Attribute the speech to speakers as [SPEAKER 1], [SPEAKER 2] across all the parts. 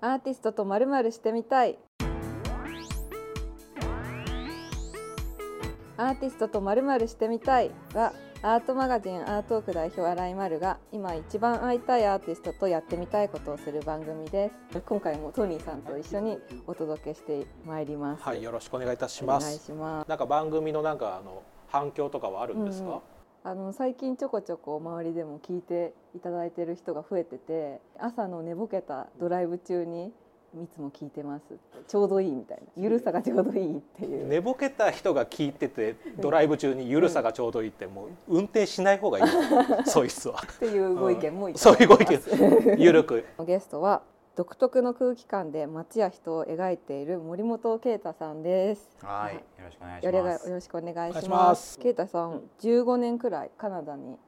[SPEAKER 1] アーティストとまるまるしてみたいアーティストとまるまるしてみたいはアートマガジンアートーク代表新井丸が今一番会いたいアーティストとやってみたいことをする番組です今回もトニーさんと一緒にお届けしてまいります
[SPEAKER 2] はい、よろしくお願いいたし
[SPEAKER 1] お
[SPEAKER 2] ま
[SPEAKER 1] 願い
[SPEAKER 2] す。
[SPEAKER 1] します
[SPEAKER 2] なんか番組のなんかあの反響とかはあるんです
[SPEAKER 1] うんうん
[SPEAKER 2] か？
[SPEAKER 1] あの最近ちょこちょこ周りでも聞いていただいてる人が増えてて朝の寝ぼけたドライブ中にいつも聞いてますってちょうどいいみたいなゆるさがちょうどいいって いう
[SPEAKER 2] 寝ぼけた人が聞いててドライブ中にゆるさがちょうどいいってもう運転しない方がいい よ。そうい う人は。
[SPEAKER 1] っていうご意見もいた
[SPEAKER 2] そ
[SPEAKER 1] だ
[SPEAKER 2] う
[SPEAKER 1] いて
[SPEAKER 2] いうご
[SPEAKER 1] ま
[SPEAKER 2] 意見
[SPEAKER 1] す。
[SPEAKER 2] ゆるく。
[SPEAKER 1] ゲストは独特の空気感で街や人を描いている森本啓太さんです。
[SPEAKER 3] はい、
[SPEAKER 1] は
[SPEAKER 3] よろしくお願
[SPEAKER 1] よ
[SPEAKER 3] いしま
[SPEAKER 1] ろ
[SPEAKER 3] す。
[SPEAKER 1] よろしくお願い
[SPEAKER 2] お願い
[SPEAKER 1] し
[SPEAKER 2] し
[SPEAKER 1] ま
[SPEAKER 2] ますす。
[SPEAKER 1] 啓太さん、15年くらいカナダに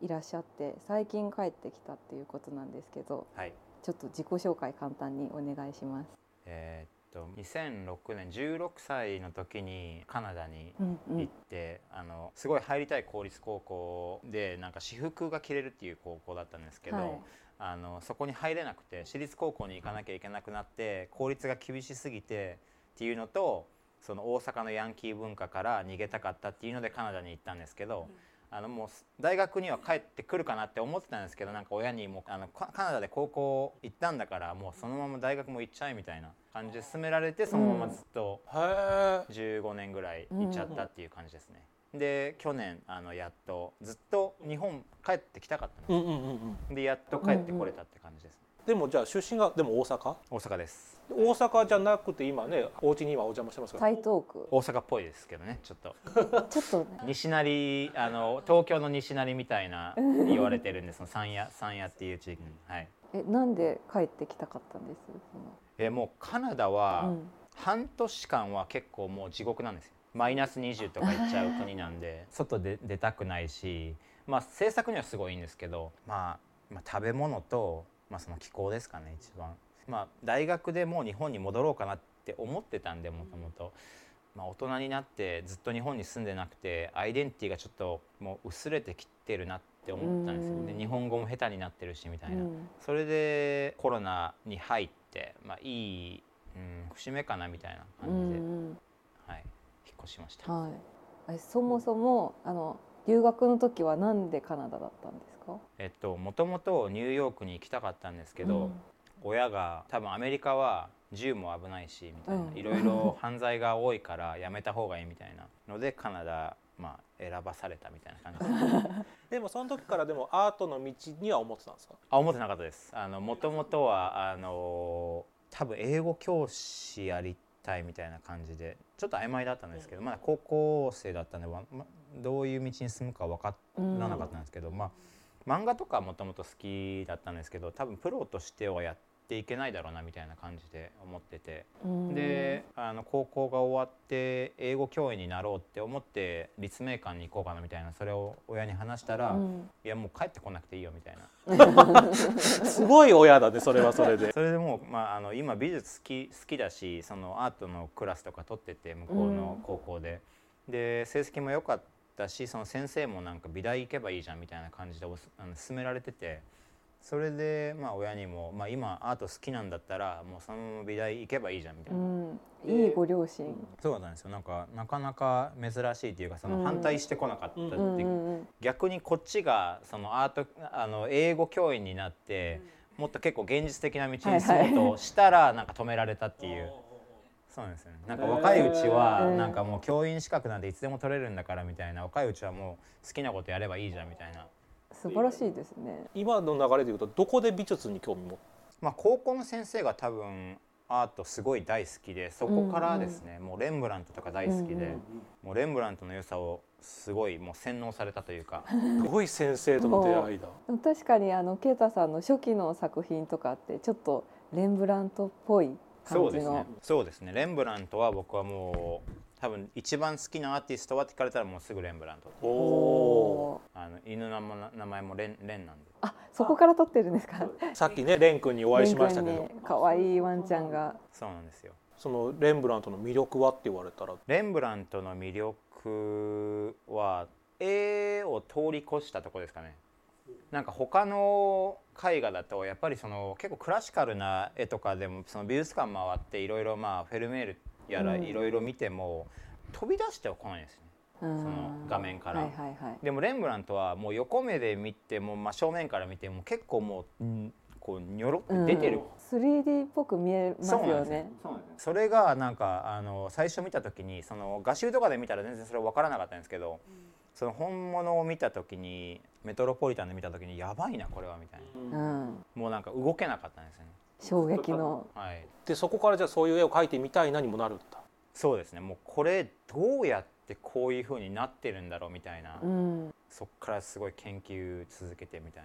[SPEAKER 1] いらっしゃって最近帰ってきたっていうことなんですけど、
[SPEAKER 3] はい、
[SPEAKER 1] ちょっと自己紹介簡単にお願いします。
[SPEAKER 3] えーっと2006年16歳の時にカナダに
[SPEAKER 1] うんう
[SPEAKER 3] 行っ
[SPEAKER 1] ん
[SPEAKER 3] て、あのすごい入りたい公立高校でなんか私服が着れるっていう高校だったんですけど、
[SPEAKER 1] はい
[SPEAKER 3] あのそこに入れなくて私立高校に行かなきゃいけなくなって公立が厳しすぎてっていうのとその大阪のヤンキー文化から逃げたかったっていうのでカナダに行ったんですけど。あのもうす大学には帰ってくるかなって思ってたんですけどなんか親にもうあのカカナダで高校行ったんだからもうそのまま大学も行っちゃえみたいな感じで勧められてそのままずっと
[SPEAKER 2] へ
[SPEAKER 3] 15年ぐらい行っちゃったっていう感じですね。で去年あのやっとずっと日本帰ってきたかった
[SPEAKER 2] え。う
[SPEAKER 3] の、
[SPEAKER 2] んうんうんうん。
[SPEAKER 3] でやっと帰ってこれたって感じです、ね
[SPEAKER 2] でもじゃあ出身がでも大阪？
[SPEAKER 3] 大阪です
[SPEAKER 2] 大阪じゃなくて今ねお家に今お邪魔してますから。
[SPEAKER 1] 台東区
[SPEAKER 3] 大阪っぽいですけどねちょっと
[SPEAKER 1] ちょっとね
[SPEAKER 3] 西成あの東京の西成みたいな言われてるんですその三夜三夜っていう地域に、はい
[SPEAKER 1] えなんで帰ってきたかったんです
[SPEAKER 3] えもうカナダ
[SPEAKER 1] そ
[SPEAKER 3] は、
[SPEAKER 1] の、うん、
[SPEAKER 3] 半年間は結構もう地獄なんですよマイナス20とかいっちゃう国なんで外で出たくないしまあ政策にはすごいいいんですけど、まあ、まあ食べ物と、まあ、その気候ですかね一番、まあ、大学でもう日本に戻ろうかなって思ってたんでもともと。まあ、大人になってずっと日本に住んでなくてアイデンティティがちょっともう薄れてきてるなって思ったんですよ
[SPEAKER 1] う
[SPEAKER 3] ね
[SPEAKER 1] ん
[SPEAKER 3] 日本語も下手になってるしみたいな、
[SPEAKER 1] うん
[SPEAKER 3] それでコロナに入って、まあ、いい、うん、節目かなみたいな
[SPEAKER 1] う
[SPEAKER 3] 感じで、
[SPEAKER 1] んうん
[SPEAKER 3] はい、引っ越しました、
[SPEAKER 1] はいえそもそもあの留学の時はなんでカナダだったんですか
[SPEAKER 3] えっともともとニューヨークに行きたかったんですけど、親が多分アメリカは銃も危ないしみたいな、
[SPEAKER 1] うん
[SPEAKER 3] いろいろ犯罪が多いからやめた方がいいみたいなのでカナダ、まあ、選ばされたみたいな感じです
[SPEAKER 2] でもその時からでもアートの道には思ってたんですか？
[SPEAKER 3] あ思ってなかったですあのもともとはあの多分英語教師やりたいみたいな感じでちょっと曖昧だったんですけどまだ高校生だったんで、わまどういう道に進むか分かっ
[SPEAKER 1] うん
[SPEAKER 3] ならなかったんですけど、まあ漫画とかもともと好きだったんですけど多分プロとしてはやっていけないだろうなみたいな感じで思ってて、
[SPEAKER 1] うん
[SPEAKER 3] であの高校が終わって英語教員になろうって思って立命館に行こうかなみたいなそれを親に話したら、
[SPEAKER 1] うん
[SPEAKER 3] いやもう帰ってこなくていいよみたいな
[SPEAKER 2] すごい親だねそれは それで。
[SPEAKER 3] それでもう、まあ、あの今美術好き好きだしそのアートのクラスとか取ってて向こうの高校で、で成績も良かったしその先生もなんか美大行けばいいじゃんみたいな感じでおすあの勧められててそれで、まあ、親にも、まあ、今アート好きなんだったらもうそのまま美大行けばいいじゃんみたいうな、
[SPEAKER 1] んいいご両親
[SPEAKER 3] そうだったんですよなんかなかなか珍しいっていうかそ
[SPEAKER 1] うん
[SPEAKER 3] の反対してこなかったっていううん
[SPEAKER 1] うんうん
[SPEAKER 3] 逆にこっちがそのアートあの英語教員になって、もっと結構現実的な道に進もうとしたら、なんか止められたっていうそうなんですよねなんか若いうち
[SPEAKER 1] へ
[SPEAKER 3] は
[SPEAKER 1] ー
[SPEAKER 3] なんかもう教員資格なんていつでも取れるんだからみたいな若いうちはもう好きなことやればいいじゃんみたいな、
[SPEAKER 1] 素晴らしいですね
[SPEAKER 2] 今の流れでいうとどこで美術に興味持っ
[SPEAKER 3] まあ、高校の先生が多分アートすごい大好きでそこからですね、もうレンブラントとか大好きで、
[SPEAKER 1] うんうん
[SPEAKER 3] もうレンブラントの良さをすごいもう洗脳されたというか。
[SPEAKER 2] すごい先生との出会いだ。
[SPEAKER 1] でも確かにあの啓太さんの初期の作品とかってちょっとレンブラントっぽい
[SPEAKER 3] そ
[SPEAKER 1] 感
[SPEAKER 3] う
[SPEAKER 1] じ
[SPEAKER 3] ですね
[SPEAKER 1] の。
[SPEAKER 3] そうですね。レンブラントは僕はもう多分一番好きなアーティストはって聞かれたらもうすぐレンブラント。
[SPEAKER 2] おお
[SPEAKER 1] お
[SPEAKER 3] あの犬の名も名前もレンレンなんで。
[SPEAKER 1] あそこから撮ってるんですか
[SPEAKER 2] ー。さっきねレン君にお会いしましたけ
[SPEAKER 1] レン
[SPEAKER 2] ど
[SPEAKER 1] 君、に可愛いワンちゃんが
[SPEAKER 3] そうなんですよ。
[SPEAKER 2] そのレンブラントの魅力はって言われたら、
[SPEAKER 3] レンブラントの魅力は絵を通り越したとこですかね。なんか他の絵画だとやっぱりその結構クラシカルな絵とかでもその美術館回っていろいろまあフェルメールやら
[SPEAKER 1] うん
[SPEAKER 3] いろいろ見ても飛び出しては来ないですね。
[SPEAKER 1] そ
[SPEAKER 3] の画面から
[SPEAKER 1] はいはいはい
[SPEAKER 3] でもレンブラントはもう横目で見ても、まあ、正面から見ても結構もう、んこうニョロ
[SPEAKER 1] うん
[SPEAKER 3] って出てる、
[SPEAKER 1] 3D っぽく見えます
[SPEAKER 3] そうなん
[SPEAKER 1] よ
[SPEAKER 3] です
[SPEAKER 1] ね
[SPEAKER 3] ねそれがなんかあの最初見た時にその画集とかで見たら全然それ分からなかったんですけど、その本物を見た時にメトロポリタンで見た時にやばいなこれはみたいな
[SPEAKER 1] うん
[SPEAKER 3] もうなんか動けなかったんですよね
[SPEAKER 1] 衝撃の
[SPEAKER 3] はい
[SPEAKER 2] でそこからじゃあそういう絵を描いてみたいなにもなるんだ
[SPEAKER 3] そうですねもうこれどうやってこういう風になってるんだろうみたいな、
[SPEAKER 1] うん
[SPEAKER 3] そっからすごい研究続けてみたい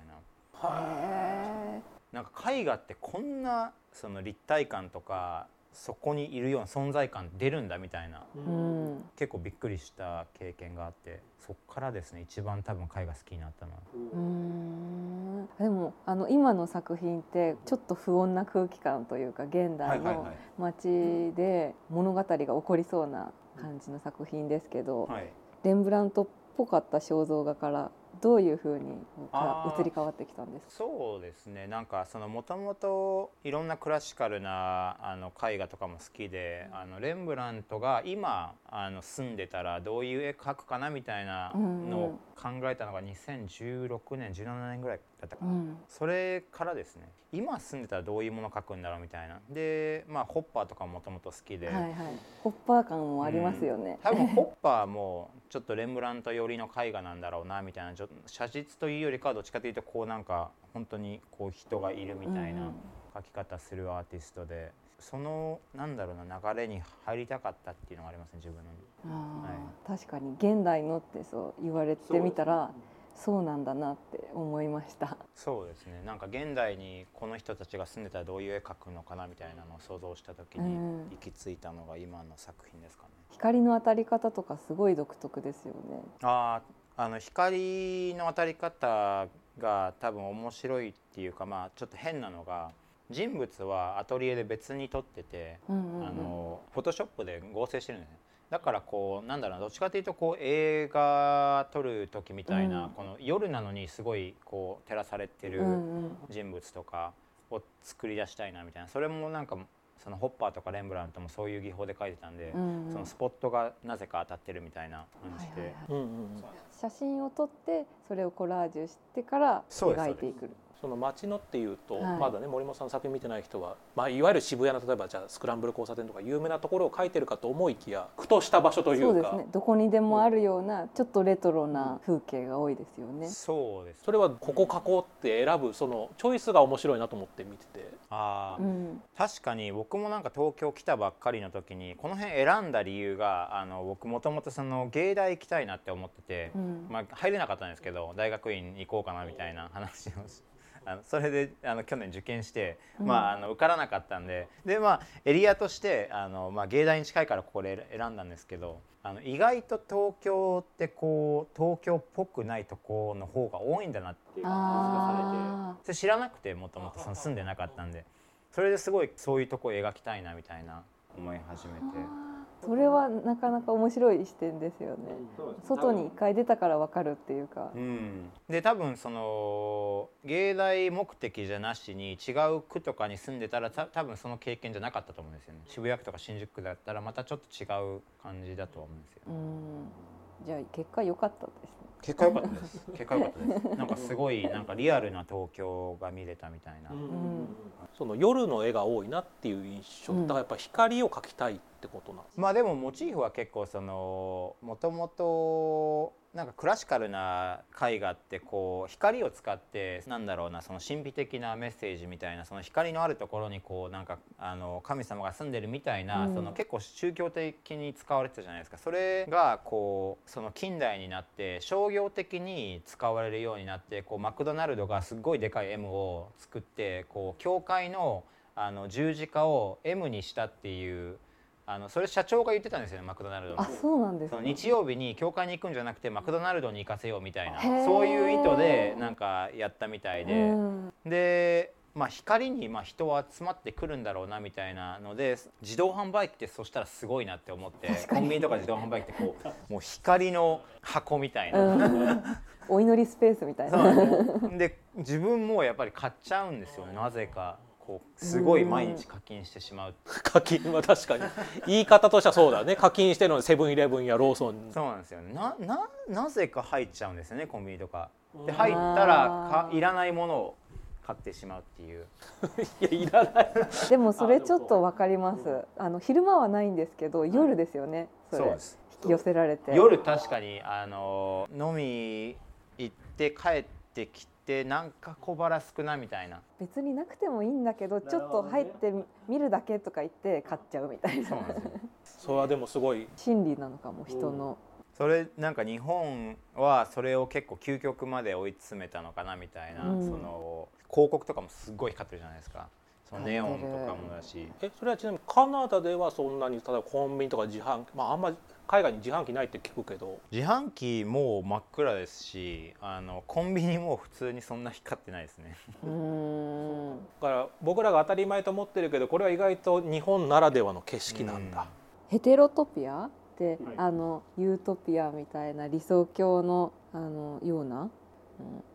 [SPEAKER 3] な
[SPEAKER 1] へ
[SPEAKER 3] なんか絵画ってこんなその立体感とかそこにいるような存在感出るんだみたいな
[SPEAKER 1] えうん
[SPEAKER 3] 結構びっくりした経験があってそっからですね一番多分絵画好きになったのは
[SPEAKER 1] うんでもあの今の作品ってちょっと不穏な空気感というか現代の街で物語が起こりそうな感じの作品ですけど、
[SPEAKER 3] はい
[SPEAKER 1] レンブラントっぽかった肖像画からどういうふうに
[SPEAKER 3] あ
[SPEAKER 1] か
[SPEAKER 3] ー
[SPEAKER 1] 移り変わってきたんですか
[SPEAKER 3] そうですねなんかそのもともといろんなクラシカルなあの絵画とかも好きであのレンブラントが今あの住んでたらどういう絵描くかなみたいなのを考えたのが2016年17年ぐらいだった
[SPEAKER 1] う
[SPEAKER 3] かな。
[SPEAKER 1] ん
[SPEAKER 3] それからですね今住んでたらどういうもの描くんだろうみたいなでまあホッパーとかもともと好きで、
[SPEAKER 1] はいはい、ホッパー感もありますよね。
[SPEAKER 3] 多分ホッパーもちょっとレンブラント寄りの絵画なんだろうなみたいなちょっと写実というよりかはどっちかというとこうなんか本当にこう人がいるみたい
[SPEAKER 1] うんう
[SPEAKER 3] なん描き方するアーティストでそのなんだろうな流れに入りたかったっていうのがありますね自分の。
[SPEAKER 1] あー確かに現代のってそう言われてみたらそうなんだなって思いました。
[SPEAKER 3] そうですねなんか現代にこの人たちが住んでたらどういう絵描くのかなみたいなのを想像した時
[SPEAKER 1] うん
[SPEAKER 3] に行き着いたのが今の作品ですかね。
[SPEAKER 1] 光の当たり方とかすごい独特ですよね。
[SPEAKER 3] あーあの光の当たり方が多分面白いっていうかまあちょっと変なのが人物はアトリエで別に撮ってて、
[SPEAKER 1] うんうんうん
[SPEAKER 3] あのフォトショップで合成してるんですねだからこうなんだろうなどっちかというとこう映画撮る時みたいな、
[SPEAKER 1] うん
[SPEAKER 3] この夜なのにすごいこう照らされて
[SPEAKER 1] う
[SPEAKER 3] る
[SPEAKER 1] んうん
[SPEAKER 3] 人物とかを作り出したいなみたいなそれもなんかそのホッパーとかレンブラントもそういう技法で描いてたんで、
[SPEAKER 1] うんうん
[SPEAKER 3] そのスポットがなぜか当たってるみたいな感じで。
[SPEAKER 1] はいはいはい
[SPEAKER 2] うんうん
[SPEAKER 1] 写真を撮ってそれをコラージュしてから
[SPEAKER 3] そうです
[SPEAKER 1] 描いていく。
[SPEAKER 2] その街のっていうと、
[SPEAKER 1] はい
[SPEAKER 2] まだね森本さんの作品見てない人は、まあ、いわゆる渋谷の例えばじゃあスクランブル交差点とか有名なところを描いてるかと思いきやふとした場所とい
[SPEAKER 1] そう
[SPEAKER 2] う
[SPEAKER 1] です
[SPEAKER 2] かそ
[SPEAKER 1] ね。どこにでもあるようなちょっとレトロな風景が多いですよね。
[SPEAKER 3] そうです。
[SPEAKER 2] れはここ描こうって選ぶそのチョイスが面白いなと思って見てて。
[SPEAKER 3] ああ、
[SPEAKER 1] うん。
[SPEAKER 3] 確かに僕もなんか東京来たばっかりの時にこの辺選んだ理由があの僕もともとその芸大行きたいなって思ってて、
[SPEAKER 1] うん。
[SPEAKER 3] まあ入れなかったんですけど大学院行こうかなみたいな話をし。あのそれであの去年受験して、まあ、あの受からなかったんでで、まあ、エリアとしてあの、まあ、芸大に近いからここで選んだんですけどあの意外と東京ってこう東京っぽくないとこの方が多いんだなっていう感じがされて。
[SPEAKER 1] あ
[SPEAKER 3] それ知らなくてもともとその住んでなかったんでそれですごいそういうとこ描きたいなみたいな思い始めて
[SPEAKER 1] あ。それはなかなか面白い視点ですよね。外に一回出たからわかるっていうか
[SPEAKER 3] う。んで多分その芸大目的じゃなしに違う区とかに住んでたらた多分その経験じゃなかったと思うんですよね渋谷区とか新宿区だったらまたちょっと違う感じだとは思うんですよ
[SPEAKER 1] うん。じゃあ結果良かったですね。
[SPEAKER 3] 結果良かったです結果良かったですなんかすごいなんかリアルな東京が見れたみたいな、
[SPEAKER 1] ん
[SPEAKER 2] その夜の絵が多いなっていう印象、
[SPEAKER 1] うん
[SPEAKER 2] だからやっぱ光を描きたいってことなんですね
[SPEAKER 3] まあでもモチーフは結構そのもともとなんかクラシカルな絵画ってこう光を使ってなんだろうなその神秘的なメッセージみたいなその光のあるところにこうなんかあの神様が住んでるみたいな、
[SPEAKER 1] うん
[SPEAKER 3] その結構宗教的に使われてたじゃないですかそれがこうその近代になって商業的に使われるようになってこうマクドナルドがすっごいでかい M を作ってこう教会のあの十字架を M にしたっていうあのそれ社長が言ってたんですよねマクドナルドの
[SPEAKER 1] あ、そうなんです
[SPEAKER 3] その
[SPEAKER 1] ね。
[SPEAKER 3] 日曜日に教会に行くんじゃなくてマクドナルドに行かせようみたいな
[SPEAKER 1] へー
[SPEAKER 3] そういう意図でなんかやったみたいで、
[SPEAKER 1] うん。
[SPEAKER 3] で、まあ、光にまあ人は集まってくるんだろうなみたいなので自動販売機ってそしたらすごいなって思ってコンビニとか自動販売機ってこ うもう光の箱みたいな。
[SPEAKER 1] うんお祈りスペースみたい
[SPEAKER 3] そ
[SPEAKER 1] な
[SPEAKER 3] うなんですで自分もやっぱり買っちゃうんですよねなぜかこうすごい毎日課金してしまう
[SPEAKER 2] 課金は確かに言い方としてはそうだ ね課金してるのにセブンイレブンやローソン
[SPEAKER 3] そうなんですよねなななぜか入っちゃうんですよねコンビニとか で入ったらか
[SPEAKER 1] あー
[SPEAKER 3] いらないものを買ってしまうっていう
[SPEAKER 2] いやいらない
[SPEAKER 1] でもそれちょっとわかりますあの昼間はないんですけど夜ですよねそれ
[SPEAKER 3] す
[SPEAKER 1] 引き寄せられて
[SPEAKER 3] 夜確かにあの飲み行って帰ってきてなんか小腹少なみたいな
[SPEAKER 1] 別になくてもいいんだけどちょっと入って見るだけとか言って買っちゃうみたい
[SPEAKER 3] そう
[SPEAKER 1] な
[SPEAKER 3] なんですよ
[SPEAKER 2] それはでもすごい
[SPEAKER 1] 心理なのかも人の
[SPEAKER 3] それなんか日本はそれを結構究極まで追い詰めたのかなみたいな、
[SPEAKER 1] うん
[SPEAKER 3] その広告とかもすごい光ってるじゃないですかそのネオンとかもだし
[SPEAKER 2] えそれはちなみにカナダではそんなに例えばコンビニとか自販機まああんまり海外に自販機ないって聞くけど
[SPEAKER 3] 自販機もう真っ暗ですしあのコンビニも普通にそんな光ってないですね、
[SPEAKER 1] うーん
[SPEAKER 2] だから僕らが当たり前と思ってるけどこれは意外と日本ならではの景色なんだ、
[SPEAKER 1] ヘテロトピアって、あのユートピアみたいな理想郷のあのような、うん、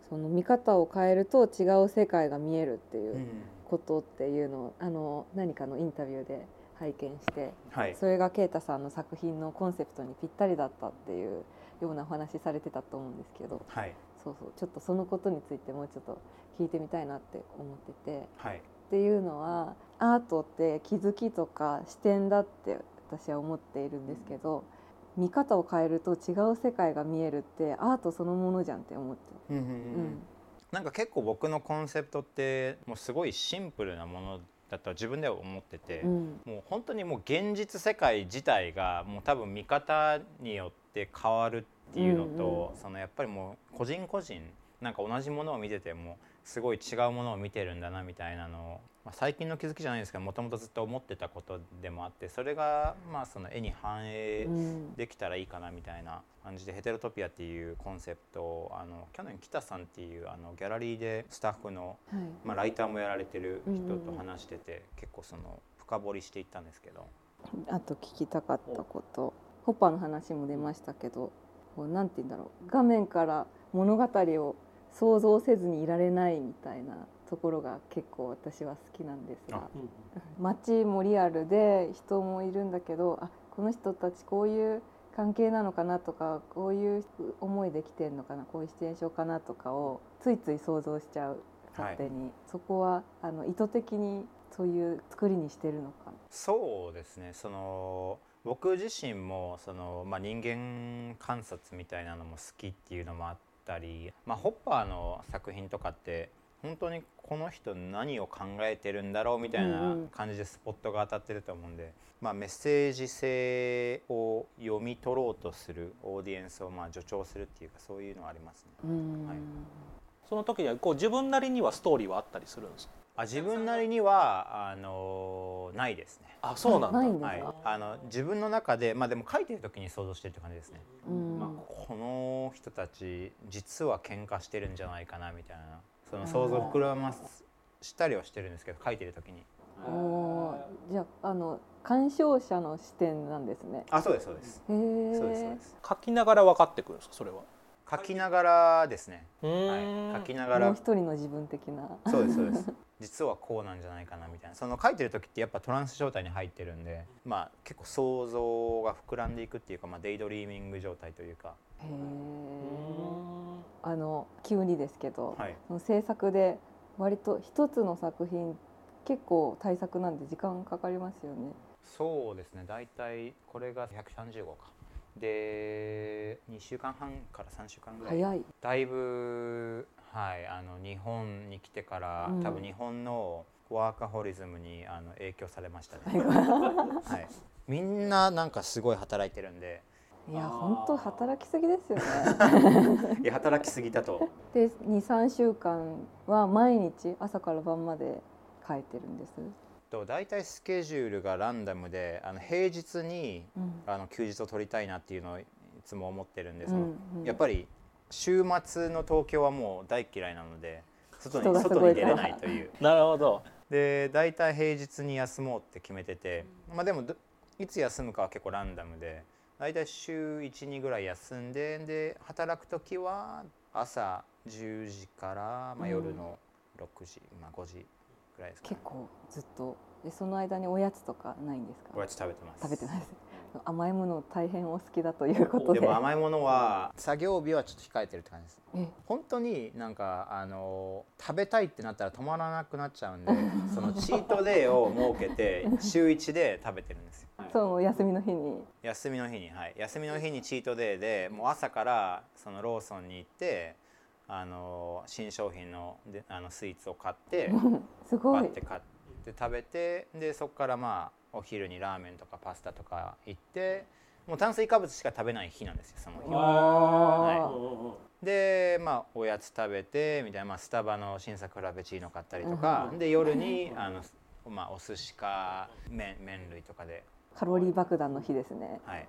[SPEAKER 1] その見方を変えると違う世界が見えるっていううんうことっていうのをあの何かのインタビューで拝見して
[SPEAKER 3] はい
[SPEAKER 1] それが啓太さんの作品のコンセプトにぴったりだったっていうようなお話されてたと思うんですけど
[SPEAKER 3] はい
[SPEAKER 1] そうそうちょっとそのことについてもうちょっと聞いてみたいなって思ってて。
[SPEAKER 3] はい
[SPEAKER 1] っていうのはアートって気づきとか視点だって私は思っているんですけど見方を変えると違う世界が見えるってアートそのものじゃんって思って
[SPEAKER 3] うんうん
[SPEAKER 1] る、
[SPEAKER 3] なんか結構僕のコンセプトってもうすごいシンプルなものだと自分では思ってて、
[SPEAKER 1] うんうん
[SPEAKER 3] もう本当にもう現実世界自体がもう多分見方によって変わるっていうのと、そのやっぱりもう個人個人なんか同じものを見ててもすごい違うものを見てるんだなみたいなのを、まあ、最近の気づきじゃないんですけどもともとずっと思ってたことでもあってそれがまあその絵に反映
[SPEAKER 1] うん
[SPEAKER 3] できたらいいかなみたいな感じで「ヘテロトピア」っていうコンセプトをあの去年北さんっていうあのギャラリーでスタッフの
[SPEAKER 1] はい、
[SPEAKER 3] まあ、ライターもやられてる人
[SPEAKER 1] うんうんう
[SPEAKER 3] と
[SPEAKER 1] ん
[SPEAKER 3] 話してて、結構その深掘りしていったんですけど
[SPEAKER 1] あと聞きたかったことホッパーの話も出ましたけどこうなんて言うんだろう画面から物語を想像せずにいられないみたいなところが結構私は好きなんですが
[SPEAKER 3] あ。
[SPEAKER 1] 街もリアルで人もいるんだけどあこの人たちこういう関係なのかなとかこういう思いできてんのかなこういうシチュエーションかなとかをついつい想像しちゃう勝手に、そこはあの意図的にそういう作りにしてるのか。
[SPEAKER 3] そうですねその僕自身もその、まあ、人間観察みたいなのも好きっていうのもあったり、まあ、ホッパーの作品とかって本当にこの人何を考えてるんだろうみたい
[SPEAKER 1] うん
[SPEAKER 3] な
[SPEAKER 1] うん
[SPEAKER 3] 感じでスポットが当たってると思うんで、まあ、メッセージ性を読み取ろうとするオーディエンスをまあ助長するっていうかそういうのはありますね。
[SPEAKER 1] うん
[SPEAKER 3] はい
[SPEAKER 2] その時にはこう自分なりにはストーリーはあったりするんですか
[SPEAKER 3] あ自分なりにはあのないですね。
[SPEAKER 2] あそうなんだ
[SPEAKER 1] ないんですか、
[SPEAKER 3] はい、あの自分の中で、まあ、でも書いてる時に想像してるって感じですね、
[SPEAKER 1] うん
[SPEAKER 3] まあ、この人たち実は喧嘩してるんじゃないかなみたいなその想像を膨らますしたりはしてるんですけど書いてる時に
[SPEAKER 1] おーじゃああの鑑賞者の視点なんですね。
[SPEAKER 3] あそうですそうです、
[SPEAKER 1] へえ。
[SPEAKER 3] そうですそうです
[SPEAKER 2] 書きながら分かってくるんですかそれは
[SPEAKER 3] 書きながらですね、
[SPEAKER 2] う
[SPEAKER 3] はい、書きなが
[SPEAKER 1] もう
[SPEAKER 3] ら
[SPEAKER 1] 一人の自分的な。
[SPEAKER 3] そうですそうです 実はこうなんじゃないかなみたいなその書いてる時ってやっぱトランス状態に入ってるんでまあ結構想像が膨らんでいくっていうか、まあ、デイドリーミング状態というか
[SPEAKER 1] へえ。あの急にですけど、
[SPEAKER 3] はい
[SPEAKER 1] その制作で割と一つの作品結構大作なんで時間かかりますよね。
[SPEAKER 3] そうですね大体これが130号かで2週間半から3週間ぐら い
[SPEAKER 1] 早い。
[SPEAKER 3] だいぶ、はい、あの日本に来てから、
[SPEAKER 1] うん
[SPEAKER 3] 多分日本のワーカホリズムにあの影響されましたね、はい、みんななんかすごい働いてるんで
[SPEAKER 1] いや本当働きすぎですよね。
[SPEAKER 3] いや働きすぎだと
[SPEAKER 1] で二三週間は毎日朝から晩まで書いてるんです。
[SPEAKER 3] と大体スケジュールがランダムであの平日に
[SPEAKER 1] うん
[SPEAKER 3] あの休日を取りたいなっていうのをいつも思ってるんでその
[SPEAKER 1] うんうん
[SPEAKER 3] やっぱり週末の東京はもう大嫌いなので外
[SPEAKER 1] 人
[SPEAKER 3] に
[SPEAKER 1] がすご
[SPEAKER 3] 外
[SPEAKER 1] いか
[SPEAKER 3] に出
[SPEAKER 1] ら
[SPEAKER 3] れないという
[SPEAKER 2] なるほど
[SPEAKER 3] で大体平日に休もうって決めてて、まあ、でもどいつ休むかは結構ランダムで大体週12ぐらい休んでで働く時は朝10時から、まあ、夜の6時、まあ、5時ぐらいですか、ね
[SPEAKER 1] 結、構ずっとでその間におやつとかないんですか
[SPEAKER 3] おやつ食べてます
[SPEAKER 1] 食べてないです甘いもの大変お好きだということ
[SPEAKER 3] で
[SPEAKER 1] で
[SPEAKER 3] も甘いものは作業日はちょっと控えてるって感じです
[SPEAKER 1] え
[SPEAKER 3] 本当になんかあの食べたいってなったら止まらなくなっちゃうんでそのチートデイを設けて週1で食べてるんですよ、
[SPEAKER 1] そのお休みの日に
[SPEAKER 3] 休みの日にはい休みの日にチートデイでもう朝からそのローソンに行ってあの新商品のであのスイーツを買って
[SPEAKER 1] すご
[SPEAKER 3] バ
[SPEAKER 1] い
[SPEAKER 3] ッて買って食べてでそこからまあお昼にラーメンとかパスタとか行ってもう炭水化物しか食べない日なんですよその日は。
[SPEAKER 1] あー
[SPEAKER 3] でまあおやつ食べてみたいな、まあ、スタバの新作フラペチーノ買ったりとか、で夜にあの、まあ、お寿司か麺麺類とかで、
[SPEAKER 1] カロリー爆弾の日ですね
[SPEAKER 3] はい、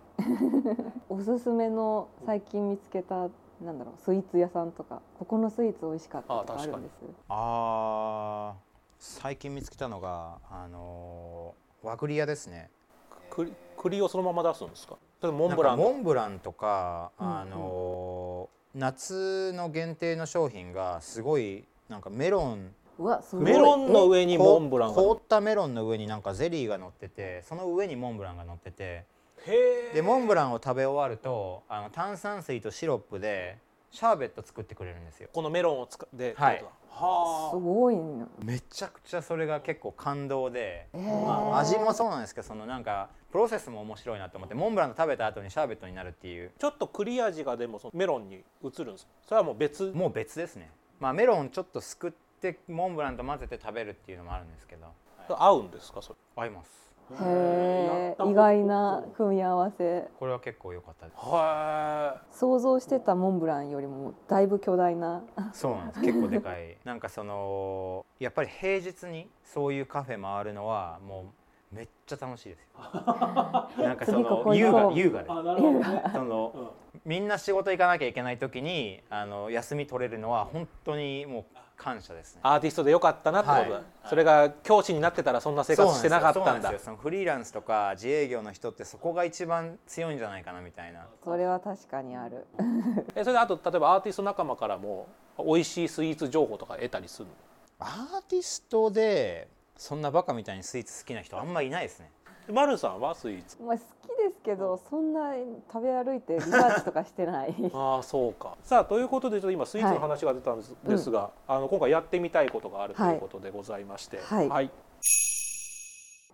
[SPEAKER 1] おすすめの最近見つけたなんだろうスイーツ屋さんとかここのスイーツ美味しかったとかあるんです
[SPEAKER 3] あー最近見つけたのがあのー和栗屋ですね
[SPEAKER 2] 栗栗をそのまま出すんですかそれともモンブラン
[SPEAKER 3] なん
[SPEAKER 2] と
[SPEAKER 3] かモンブランとか、
[SPEAKER 1] うんうん
[SPEAKER 3] あのー夏の限定の商品がすごいなんかメロン
[SPEAKER 1] うわすごい
[SPEAKER 2] メロンの上にモンブランが
[SPEAKER 3] 凍ったメロンの上になんかゼリーが乗っててその上にモンブランが乗ってて
[SPEAKER 2] へえ
[SPEAKER 3] でモンブランを食べ終わるとあの炭酸水とシロップでシャーベット作ってくれるんですよ
[SPEAKER 2] このメロンを使って
[SPEAKER 3] はい
[SPEAKER 2] ってことだは
[SPEAKER 1] すごいな
[SPEAKER 3] めちゃくちゃそれが結構感動で、
[SPEAKER 1] えー
[SPEAKER 3] まあ、味もそうなんですけどそのなんかプロセスも面白いなと思ってモンブランを食べた後にシャーベットになるっていう
[SPEAKER 2] ちょっと栗味がでもそのメロンに移るんですそれはもう別
[SPEAKER 3] もう別ですね、まあ、メロンちょっとすくってモンブランと混ぜて食べるっていうのもあるんですけど
[SPEAKER 2] 合うんですかそれ
[SPEAKER 3] 合います
[SPEAKER 1] へえ意外な組み合わせ
[SPEAKER 3] これは結構良かったです
[SPEAKER 2] は
[SPEAKER 1] 想像してたモンブランよりもだいぶ巨大な
[SPEAKER 3] そうなんです結構でかいなんかそのやっぱり平日にそういうカフェ回るのはもうめっちゃ楽しいです よなんかそ
[SPEAKER 1] 次こ
[SPEAKER 3] の
[SPEAKER 1] こ行
[SPEAKER 3] 優
[SPEAKER 1] こ
[SPEAKER 3] 雅
[SPEAKER 1] う
[SPEAKER 3] 優雅で
[SPEAKER 4] あなるほどね。
[SPEAKER 3] そのみんな仕事行かなきゃいけない時にあの休み取れるのは本当にもう感謝ですね
[SPEAKER 2] アーティストでよかったなってことだ、
[SPEAKER 3] はい
[SPEAKER 2] それが教師になってたらそんな生活してなかったん
[SPEAKER 3] そ
[SPEAKER 2] だ
[SPEAKER 3] うなんですよそのフリーランスとか自営業の人ってそこが一番強いんじゃないかなみたいな
[SPEAKER 1] それは確かにあ る
[SPEAKER 2] えそれであと例えばアーティスト仲間からも美味しいスイーツ情報とか得たりするの
[SPEAKER 3] アーティストでそんなバカみたいにスイーツ好きな人あんまいないですね
[SPEAKER 2] でまるさんはスイーツ
[SPEAKER 1] まあ好きですけどそんな食べ歩いてリサーチとかしてない
[SPEAKER 2] ああそうかさあということでちょっと今スイーツの話が出たんです,、
[SPEAKER 1] い
[SPEAKER 2] ですが、あの今回やってみたいことがあると
[SPEAKER 1] はい
[SPEAKER 2] いうことでございまして
[SPEAKER 1] はい
[SPEAKER 2] はい、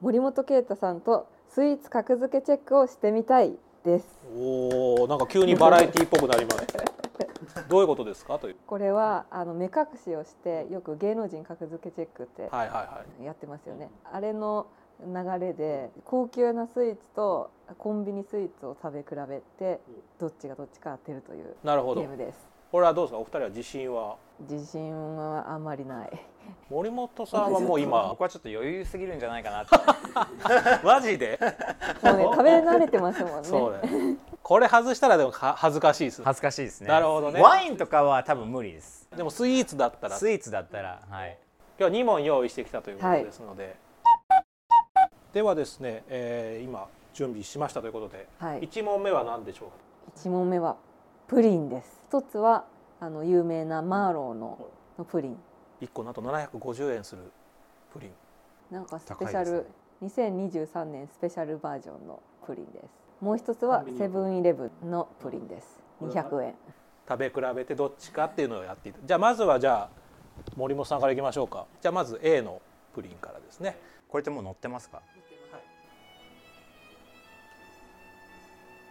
[SPEAKER 1] 森本啓太さんとスイーツ格付けチェックをしてみたいです
[SPEAKER 2] おおなんか急にバラエティっぽくなりますどういうことですかという
[SPEAKER 1] これはあの目隠しをしてよく芸能人格付けチェックって
[SPEAKER 2] はいはいはい
[SPEAKER 1] やってますよね、あれの流れで高級なスイーツとコンビニスイーツを食べ比べてどっちがどっちか当てるという
[SPEAKER 2] なるほ
[SPEAKER 1] ゲ
[SPEAKER 2] ど
[SPEAKER 1] ームです
[SPEAKER 2] これはどうですかお二人は自信は
[SPEAKER 1] 自信はあんまりない
[SPEAKER 2] 森本さんはもう 今
[SPEAKER 3] 僕はちょっと余裕すぎるんじゃないかなって
[SPEAKER 2] マジで
[SPEAKER 1] もう ね食べ慣れてますもんね
[SPEAKER 2] そうだよこれ外したらでもか恥ずかしいです
[SPEAKER 3] 恥ずかしいですね
[SPEAKER 2] なるほどね
[SPEAKER 3] ワインとかは多分無理です
[SPEAKER 2] でもスイーツだったら
[SPEAKER 3] スイーツだったらはい
[SPEAKER 2] 今日は2問用意してきたということですので、ではですね、えー今準備しましたということで、
[SPEAKER 1] はい
[SPEAKER 2] 一1問目は何でしょうか
[SPEAKER 1] 一問目はプリンです一つはあの有名なマーローののプリン
[SPEAKER 2] 1個なんと750円するプリン
[SPEAKER 1] なんかスペ
[SPEAKER 3] 高い
[SPEAKER 1] シ
[SPEAKER 3] です
[SPEAKER 1] ャ
[SPEAKER 3] ね
[SPEAKER 1] ル、2023年スペシャルバージョンのプリンですもう一つはセブンイレブンのプリンです200円
[SPEAKER 2] 食べ比べてどっちかっていうのをやっていたじゃあまずはじゃあ森本さんからいきましょうかじゃあまず A のプリンからですね
[SPEAKER 3] これってもう乗ってますか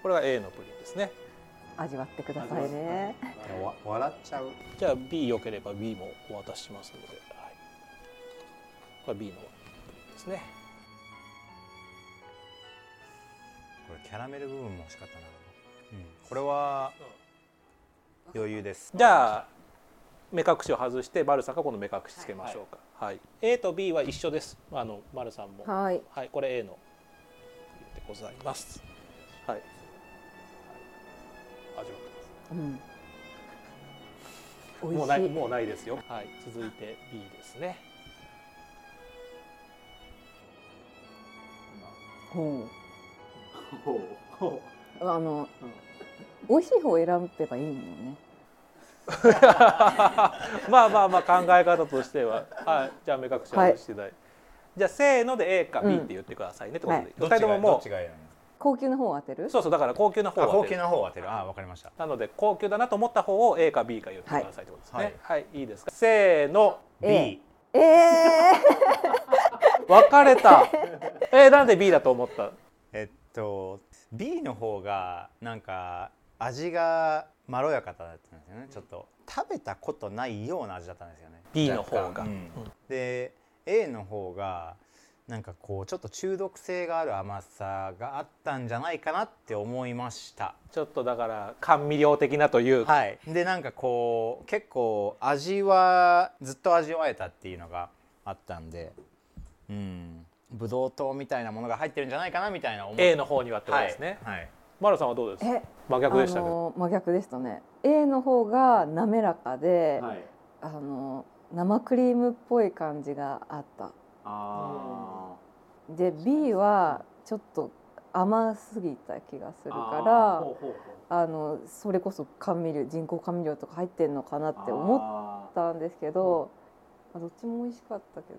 [SPEAKER 2] これが A のプリンですね
[SPEAKER 1] 味わってくださいね
[SPEAKER 3] 笑っちゃう
[SPEAKER 2] じゃあ B よければ B もお渡ししますので、はい、これ B のプリンですね
[SPEAKER 3] これキャラメル部分も欲しかったな、うん、これは余裕です
[SPEAKER 2] じゃあ目隠しを外して丸さんがこの目隠しつけましょうか、はい A と B は一緒ですあの丸さんもはい、
[SPEAKER 1] はい
[SPEAKER 2] これ A のでございますはい味わってます
[SPEAKER 1] うん美
[SPEAKER 2] もうない
[SPEAKER 1] 味しい
[SPEAKER 2] もうないですよ。はい、続いて B ですね。
[SPEAKER 1] ほ
[SPEAKER 2] ほう
[SPEAKER 1] うあの
[SPEAKER 2] うん
[SPEAKER 1] 美味しい方を選べばいいもんね
[SPEAKER 2] まあまあまあ考え方としては、はい、じゃあ目隠しはしてない。じゃあせーので A か B って言ってくださいねってことで、
[SPEAKER 1] はい
[SPEAKER 2] 二人とも
[SPEAKER 3] どっ
[SPEAKER 2] も
[SPEAKER 3] ちがいいの
[SPEAKER 1] 高級の方を当てる
[SPEAKER 2] うそうそうだから高級な方
[SPEAKER 3] あ
[SPEAKER 2] を当
[SPEAKER 3] 高
[SPEAKER 2] て
[SPEAKER 3] 級
[SPEAKER 2] る
[SPEAKER 3] な方を当てるあわかりました
[SPEAKER 2] なので高級だなと思った方を A か B か言ってくださいってことですね
[SPEAKER 3] はい
[SPEAKER 2] はい、い、いですかせーの
[SPEAKER 3] B
[SPEAKER 1] A ええ
[SPEAKER 2] 分かれ たえー、なんで B だと思った
[SPEAKER 3] えっと B の方がなんか味がまろやかだったんですよねちょっと食べたことないような味だったんですよね
[SPEAKER 2] B の方
[SPEAKER 3] 若
[SPEAKER 2] が、う
[SPEAKER 3] 干うん
[SPEAKER 2] ん
[SPEAKER 3] で A の方がなんかこうちょっと中毒性がある甘さがあったんじゃないかなって思いました
[SPEAKER 2] ちょっとだから甘味料的なというか、
[SPEAKER 3] はいでなんかこう結構味はずっと味わえたっていうのがあったんでうんブドウ糖みたいなものが入ってるんじゃないかなみたいな思い
[SPEAKER 2] A の方にはってことですね、
[SPEAKER 3] はいはい
[SPEAKER 2] マロさんはどうです
[SPEAKER 1] え
[SPEAKER 2] 真
[SPEAKER 1] あ
[SPEAKER 2] 逆でしたけど、
[SPEAKER 1] の真逆でしたね A の方が滑らかで、
[SPEAKER 4] はい。
[SPEAKER 1] あの生クリームっぽい感じがあった
[SPEAKER 4] あ
[SPEAKER 1] で B はちょっと甘すぎた気がす
[SPEAKER 4] ー
[SPEAKER 1] る
[SPEAKER 4] あー。
[SPEAKER 1] から
[SPEAKER 4] ほうほうほう
[SPEAKER 1] あのそれこそ甘味料人工甘味料とか入ってんのかなって思っ
[SPEAKER 4] あ
[SPEAKER 1] たんですけど、まあどっちも美味しかったけ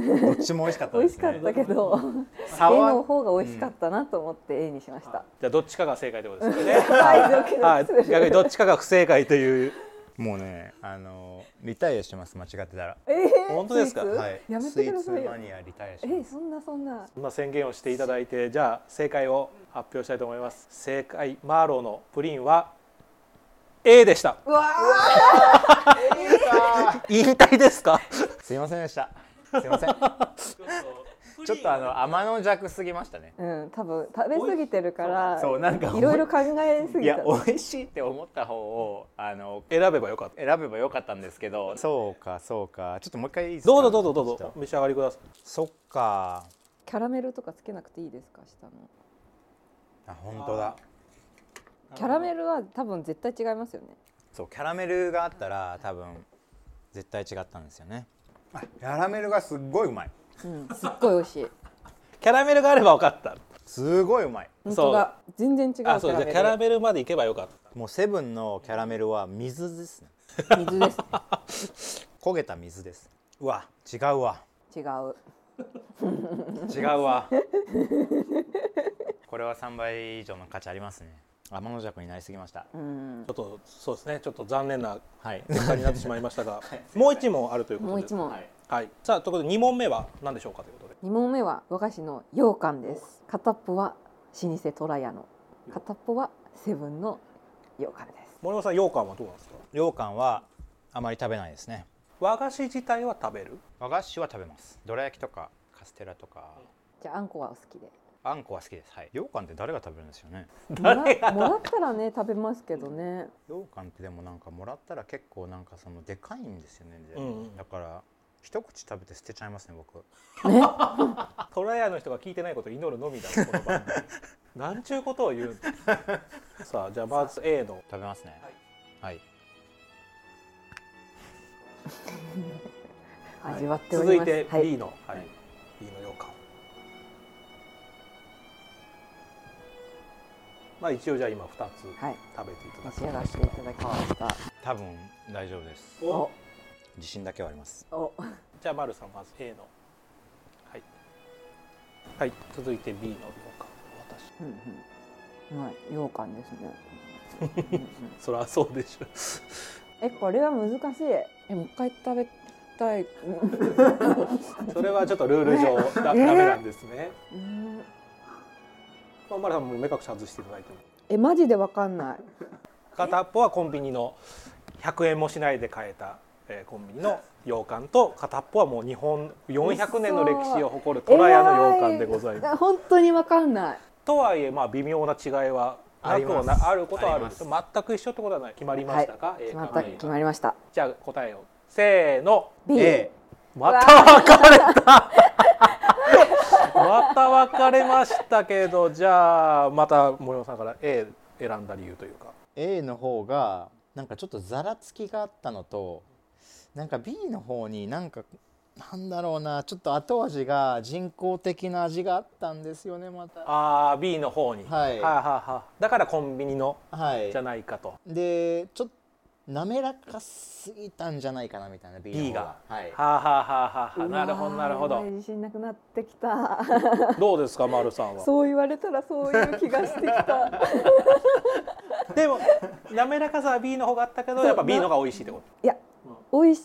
[SPEAKER 1] どね
[SPEAKER 3] どっちも美味しかった
[SPEAKER 1] 美
[SPEAKER 3] で
[SPEAKER 1] 味し
[SPEAKER 3] す
[SPEAKER 1] か
[SPEAKER 3] ね
[SPEAKER 1] ったけど A
[SPEAKER 3] 触
[SPEAKER 1] の方が美味しかったなと思って A にしました、
[SPEAKER 2] じゃあどっちかが正解ってことですよね
[SPEAKER 1] はいドキドキ
[SPEAKER 2] はい
[SPEAKER 1] する
[SPEAKER 2] 逆にどっちかが不正解という
[SPEAKER 3] もうねあのリタイアしてます間違ってたら
[SPEAKER 1] えー
[SPEAKER 2] 本当ですか
[SPEAKER 1] スイーツ
[SPEAKER 3] はい
[SPEAKER 1] やめてくださ
[SPEAKER 3] スイー
[SPEAKER 1] い
[SPEAKER 3] ツ
[SPEAKER 1] よ
[SPEAKER 3] マニアリタイアし
[SPEAKER 1] え
[SPEAKER 3] てます
[SPEAKER 1] ーそんなそんな
[SPEAKER 2] そんな宣言をしていただいてじゃあ正解を発表したいと思います正解マーローのプリンは A でした
[SPEAKER 1] うわ
[SPEAKER 2] 引退ですか
[SPEAKER 3] すいませんでしたすいませんちょっとあの天の弱すぎましたね
[SPEAKER 1] ーうん多分食べ過ぎてるから
[SPEAKER 3] そうなんか
[SPEAKER 1] いろいろ考えす
[SPEAKER 3] い
[SPEAKER 1] ぎ
[SPEAKER 3] や
[SPEAKER 1] た
[SPEAKER 3] 美味しいって思った方をあの
[SPEAKER 2] 選べばよかった
[SPEAKER 3] 選べばよかったんですけどそうかそうかちょっともう一回いいですか
[SPEAKER 2] どうぞどうぞどう
[SPEAKER 3] ちょ
[SPEAKER 2] ぞ
[SPEAKER 3] っ
[SPEAKER 2] お
[SPEAKER 3] と
[SPEAKER 2] 召し上がりください
[SPEAKER 3] そっか
[SPEAKER 1] キャラメルとかつけなくていいですか下の
[SPEAKER 3] あ本当だ
[SPEAKER 1] キャラメルは多分絶対違いますよね
[SPEAKER 3] そうキャラメルがあったら多分絶対違ったんですよねあキャラメルがすっごいうまい
[SPEAKER 1] うんすっごい美味 しい
[SPEAKER 2] キャラメルがあればよかった
[SPEAKER 3] すごいうまい
[SPEAKER 1] 本当だ全然違うキ
[SPEAKER 2] あそうじゃあキャ
[SPEAKER 1] ャ
[SPEAKER 2] ラ
[SPEAKER 1] ラメ
[SPEAKER 2] メルまでいけばよかっ
[SPEAKER 3] もうセブンのキャラメルは水ですね
[SPEAKER 1] ル水です
[SPEAKER 3] 焦げた水ですうわ違うわ
[SPEAKER 1] 違う
[SPEAKER 3] 違うわ これは3倍以上の価値ありますね天の弱になりすぎました
[SPEAKER 1] うん
[SPEAKER 2] たちょっとそうですねちょっと残念な
[SPEAKER 3] はい
[SPEAKER 2] 結果になってしまいました が、もう一問あるということで
[SPEAKER 1] もう一問、
[SPEAKER 4] はい
[SPEAKER 2] はいさあということで二問目は何でしょうかということで
[SPEAKER 1] 二問目は和菓子の羊羹です片っぽは老舗虎屋の片っぽはセブンの羊羹です
[SPEAKER 2] 森本さん羊羹はどうなんですか
[SPEAKER 3] 羊羹はあまり食べないですね
[SPEAKER 2] 和菓子自体は食べる
[SPEAKER 3] 和菓子は食べますどら焼きとかカステラとか
[SPEAKER 1] じゃああんこはお好きで
[SPEAKER 3] あんこは好きですはい羊羹って誰が食べるんですよね
[SPEAKER 1] も らもらったらね食べますけどね
[SPEAKER 3] 羊羹ってでもなんかもらったら結構なんかそのでかいんですよね、で
[SPEAKER 2] うんうん
[SPEAKER 3] だから一口食べて捨てちゃいますね僕
[SPEAKER 2] トライアーの人が聞いてないことを祈るのみだなこの番 組なんちゅうことを言うんださあじゃあまず A の
[SPEAKER 3] 食べますねはい、
[SPEAKER 2] はい
[SPEAKER 1] 味わってお
[SPEAKER 2] 続
[SPEAKER 1] り
[SPEAKER 2] い
[SPEAKER 1] ます、
[SPEAKER 2] て
[SPEAKER 1] はい
[SPEAKER 2] B の、はい
[SPEAKER 4] はい
[SPEAKER 2] B の羊羹まあ一応じゃあ今2つ
[SPEAKER 1] はい
[SPEAKER 2] 食べていた
[SPEAKER 1] 召
[SPEAKER 2] だ
[SPEAKER 1] し
[SPEAKER 2] き
[SPEAKER 1] 上がって
[SPEAKER 2] ました
[SPEAKER 1] いただきました
[SPEAKER 3] 多分大丈夫です
[SPEAKER 1] お
[SPEAKER 3] 自信だけはあります
[SPEAKER 1] お
[SPEAKER 2] じゃあ丸さんまず A のはい、はい、続いて B の羊羹私
[SPEAKER 1] うんうんはい羊羹です ねうんうん
[SPEAKER 2] そりゃそうでしょ
[SPEAKER 1] えこれは難しいえもう一回食べたい
[SPEAKER 2] それはちょっとルール 上だダメなんですね、
[SPEAKER 1] うん
[SPEAKER 2] まあ、丸さんも目隠し外していただいても
[SPEAKER 1] えマジでわかんない
[SPEAKER 2] 片っぽはコンビニの100円もしないで買えた、えーコンビニの羊羹と片っぽはもう日本400年の歴史を誇る虎屋の羊羹でございま
[SPEAKER 1] す
[SPEAKER 2] す。
[SPEAKER 1] 本当にわかんない
[SPEAKER 2] とはいえまあ微妙な違いはなくは
[SPEAKER 3] ありま
[SPEAKER 2] な
[SPEAKER 3] す
[SPEAKER 2] あることはあるんです
[SPEAKER 3] ありま
[SPEAKER 2] 全く一緒ってことはない決まりましたか、A
[SPEAKER 1] 決まっ
[SPEAKER 2] か
[SPEAKER 1] た
[SPEAKER 2] B
[SPEAKER 1] 決
[SPEAKER 2] か
[SPEAKER 1] まりました
[SPEAKER 2] じゃあ答えをせーの
[SPEAKER 1] B
[SPEAKER 2] A また
[SPEAKER 1] う
[SPEAKER 2] 分かれた また分かれましたけどじゃあまた森本さんから A 選んだ理由というか
[SPEAKER 3] A の方がなんかちょっとざらつきがあったのとなんか B の方になんかなんだろうなちょっと後味が人工的な味があったんですよねまた。
[SPEAKER 2] ああ B の方に、
[SPEAKER 3] はい
[SPEAKER 2] はあはあはあだからコンビニの
[SPEAKER 3] はい
[SPEAKER 2] じゃないかと、
[SPEAKER 3] でちょっと滑らかすぎたんじゃないかなみたいな B の方
[SPEAKER 2] B が
[SPEAKER 3] は
[SPEAKER 2] は
[SPEAKER 3] い
[SPEAKER 2] あはあはあはあなるほどなるほ
[SPEAKER 1] うわーやばい
[SPEAKER 2] ど
[SPEAKER 1] 自信なくなってきた。
[SPEAKER 2] どうですか丸さんは
[SPEAKER 1] そう言われたらそういう気がしてき た。
[SPEAKER 2] でも滑らかさは B の方があったけどやっぱ B の方が美味しいってこ
[SPEAKER 1] いや、美味し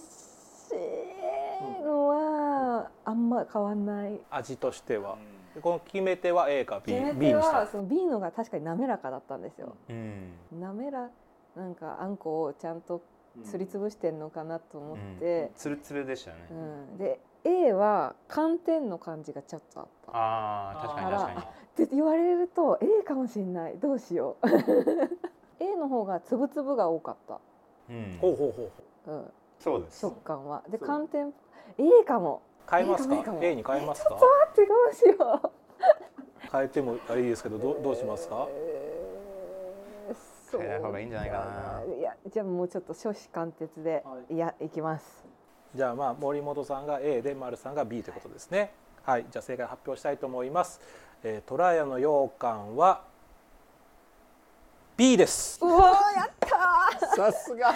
[SPEAKER 1] いのはあんま変わんない。
[SPEAKER 2] と味としては、でこの決め手は A か B,
[SPEAKER 1] 決め
[SPEAKER 2] B
[SPEAKER 1] 手
[SPEAKER 2] にした
[SPEAKER 1] はその B のが確かに滑らかだったんですよ。
[SPEAKER 3] うん
[SPEAKER 1] 滑らなんかあんこをちゃんとすりつぶしてんのかなと思って、
[SPEAKER 3] つるつるでしたね
[SPEAKER 1] うんで A は寒天の感じがちょっとあった。
[SPEAKER 3] ああ確かに確かに
[SPEAKER 1] って言われると A かもしれないどうしよう A の方がつぶつぶが多かっ
[SPEAKER 3] うん
[SPEAKER 2] ほうほうほう
[SPEAKER 1] た、うん、
[SPEAKER 3] そうです
[SPEAKER 1] 食感はで
[SPEAKER 2] そう
[SPEAKER 1] 寒天 A かも
[SPEAKER 2] 変えますか
[SPEAKER 1] A かも
[SPEAKER 2] A に変えますか
[SPEAKER 1] あってどうしよう
[SPEAKER 2] 変えてもいいですけどどうどうしますか
[SPEAKER 1] えーそう
[SPEAKER 3] 変えた方がいいんじゃないか
[SPEAKER 1] いやじゃあもうちょっと初子貫徹で、、
[SPEAKER 2] はい
[SPEAKER 1] やいきます
[SPEAKER 2] じゃあまあ森本さんが A で丸さんが B ということですね。はい、じゃあ正解発表したいと思います。えー、トラヤの羊羹は B です
[SPEAKER 1] う。わーやった
[SPEAKER 3] さすが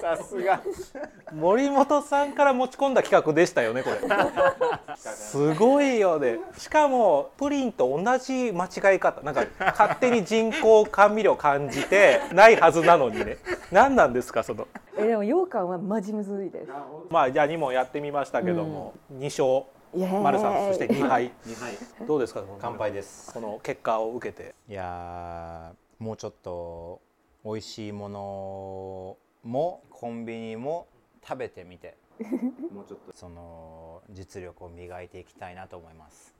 [SPEAKER 3] さすが
[SPEAKER 2] 森本さんから持ち込んだ企画でしたよねこれ。すごいよね。しかもプリンと同じ間違い方。なんか勝手に人工甘味料感じてないはずなのにね。何なんですかその。
[SPEAKER 1] ーえでも羊羹はマジむずいです
[SPEAKER 2] まあじゃあ2問やってみましたけども、二2
[SPEAKER 1] イエー
[SPEAKER 2] 勝
[SPEAKER 1] イ
[SPEAKER 2] 丸さんそして2敗。
[SPEAKER 3] はい
[SPEAKER 2] どうですか
[SPEAKER 3] 乾杯です
[SPEAKER 2] この結果を受けて。
[SPEAKER 3] いやーもうちょっと美味しいものもコンビニも食べてみて もうちょっとその実力を磨いていきたいなと思います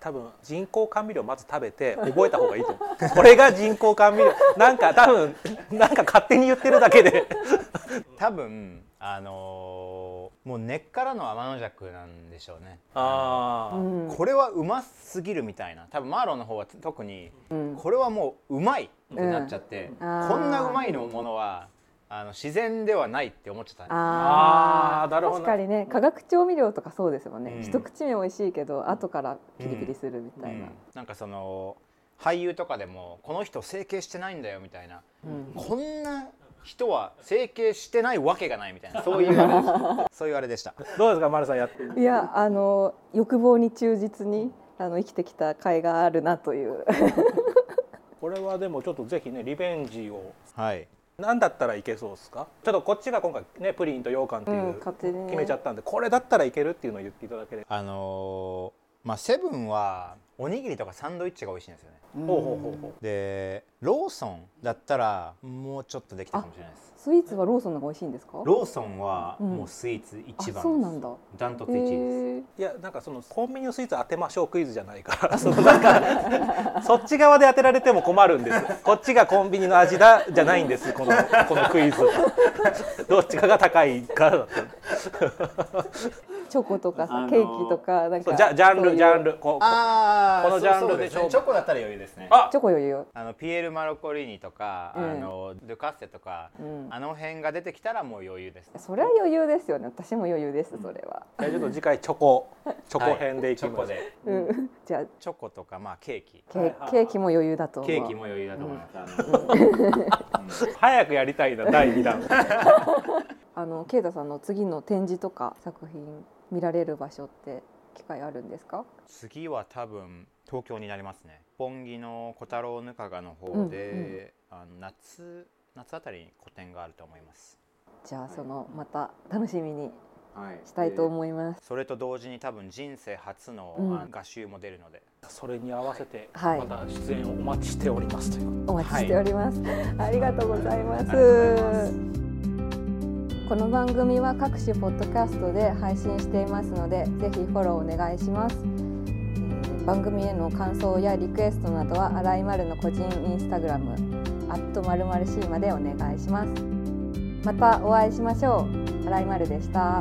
[SPEAKER 2] 多分人工甘味料まず食べて覚えた方がいいと思うこれが人工甘味料なんか多分なんか勝手に言ってるだけで
[SPEAKER 3] 多分あのーもう根っからの天の弱なんでしょうね
[SPEAKER 2] ああ、
[SPEAKER 1] うん
[SPEAKER 3] これはうますぎるみたいな多分マーロンの方は特に
[SPEAKER 1] うん
[SPEAKER 3] これはもううまいってなっちゃって、
[SPEAKER 1] うんあー
[SPEAKER 3] こんなうまいのものはあの自然ではないって思っちゃった
[SPEAKER 1] あ
[SPEAKER 2] あーなるほど
[SPEAKER 1] 確かにね化学調味料とかそうですもんね、
[SPEAKER 3] うん
[SPEAKER 1] 一口目美味しいけど後からピリピリするみたいな、
[SPEAKER 3] なんかその俳優とかでもこの人整形してないんだよみたいな、
[SPEAKER 1] ん
[SPEAKER 3] こんな人は整形してないわけがないみたいなそういう そういうあれでした
[SPEAKER 2] どうですか丸さんやって
[SPEAKER 1] いやあの欲望に忠実にあの生きてきた甲斐があるなという
[SPEAKER 2] これはでもちょっとぜひねリベンジを
[SPEAKER 3] はい
[SPEAKER 2] 何だったらいけそうですかちょっとこっちが今回ねプリンと羊羹って
[SPEAKER 1] うん
[SPEAKER 2] いう
[SPEAKER 1] 勝手にね
[SPEAKER 2] 決めちゃったんでこれだったらいけるっていうのを言っていただければ、
[SPEAKER 3] あのーまあセブンはおにぎりとかサンドイッチが美味しいんですよね
[SPEAKER 2] ほうほうほうほう
[SPEAKER 3] でローソンだったらもうちょっとできたかもしれないです
[SPEAKER 1] スイーツはローソンの方が美味しいんですか
[SPEAKER 3] ローソンは
[SPEAKER 1] うん
[SPEAKER 3] もうスイーツ一番です、
[SPEAKER 1] あそうなんだ
[SPEAKER 3] ダントツ
[SPEAKER 1] へ
[SPEAKER 3] 1位です、
[SPEAKER 1] ー
[SPEAKER 2] いやなんかそのコンビニのスイーツ当てましょうクイズじゃないからそのなんかそっち側で当てられても困るんですこっちがコンビニの味だじゃないんですこのこのクイズはどっちかが高いからだった
[SPEAKER 1] チョコとかさ、ケーキとかなん
[SPEAKER 2] そ
[SPEAKER 1] か
[SPEAKER 2] うジャジャン
[SPEAKER 1] そう
[SPEAKER 2] ル
[SPEAKER 1] いう
[SPEAKER 2] ジャンルこう
[SPEAKER 3] あ
[SPEAKER 2] ーこのジャンルで
[SPEAKER 3] そうそうすねチョコだったら余裕ですね
[SPEAKER 2] あ
[SPEAKER 1] チョコよりよ
[SPEAKER 3] あのピエール・マロコリーニとか、
[SPEAKER 1] うん
[SPEAKER 3] あのドゥカッセとか、
[SPEAKER 1] ん
[SPEAKER 3] あの辺が出てきたらもう余裕です
[SPEAKER 1] それは余裕ですよね私も余裕ですそれは、
[SPEAKER 2] じゃあちょっと次回チョコチョコ編でいき
[SPEAKER 3] チョ
[SPEAKER 2] ま
[SPEAKER 3] コ
[SPEAKER 2] す、
[SPEAKER 3] で
[SPEAKER 1] うんじゃあ
[SPEAKER 3] チョコとかまあケーキ
[SPEAKER 1] ケケーキも余裕だと思う
[SPEAKER 3] ケーキも余裕だと思います、
[SPEAKER 2] 早くやりたいな第2弾
[SPEAKER 1] あのケイタさんの次の展示とか作品見られる場所って機会あるんですか
[SPEAKER 3] 次は多分東京になりますね本木の小太郎ぬかがの方で、あの夏夏あたりに個展があると思います
[SPEAKER 1] じゃあそのまた楽しみに
[SPEAKER 3] はい
[SPEAKER 1] したいと思います、
[SPEAKER 3] それと同時に多分人生初の、
[SPEAKER 1] うん
[SPEAKER 3] あの画集も出るので
[SPEAKER 2] それに合わせて
[SPEAKER 1] はい
[SPEAKER 2] また出演をお待ちしておりますという
[SPEAKER 1] お待ちしております、ありがとうございます
[SPEAKER 3] ありがとうございます
[SPEAKER 1] この番組は各種ポッドキャストで配信していますのでぜひフォローお願いしますえー番組への感想やリクエストなどはあらいまるの個人インスタグラムアットまるまる C までお願いしますまたお会いしましょうあらいまるでした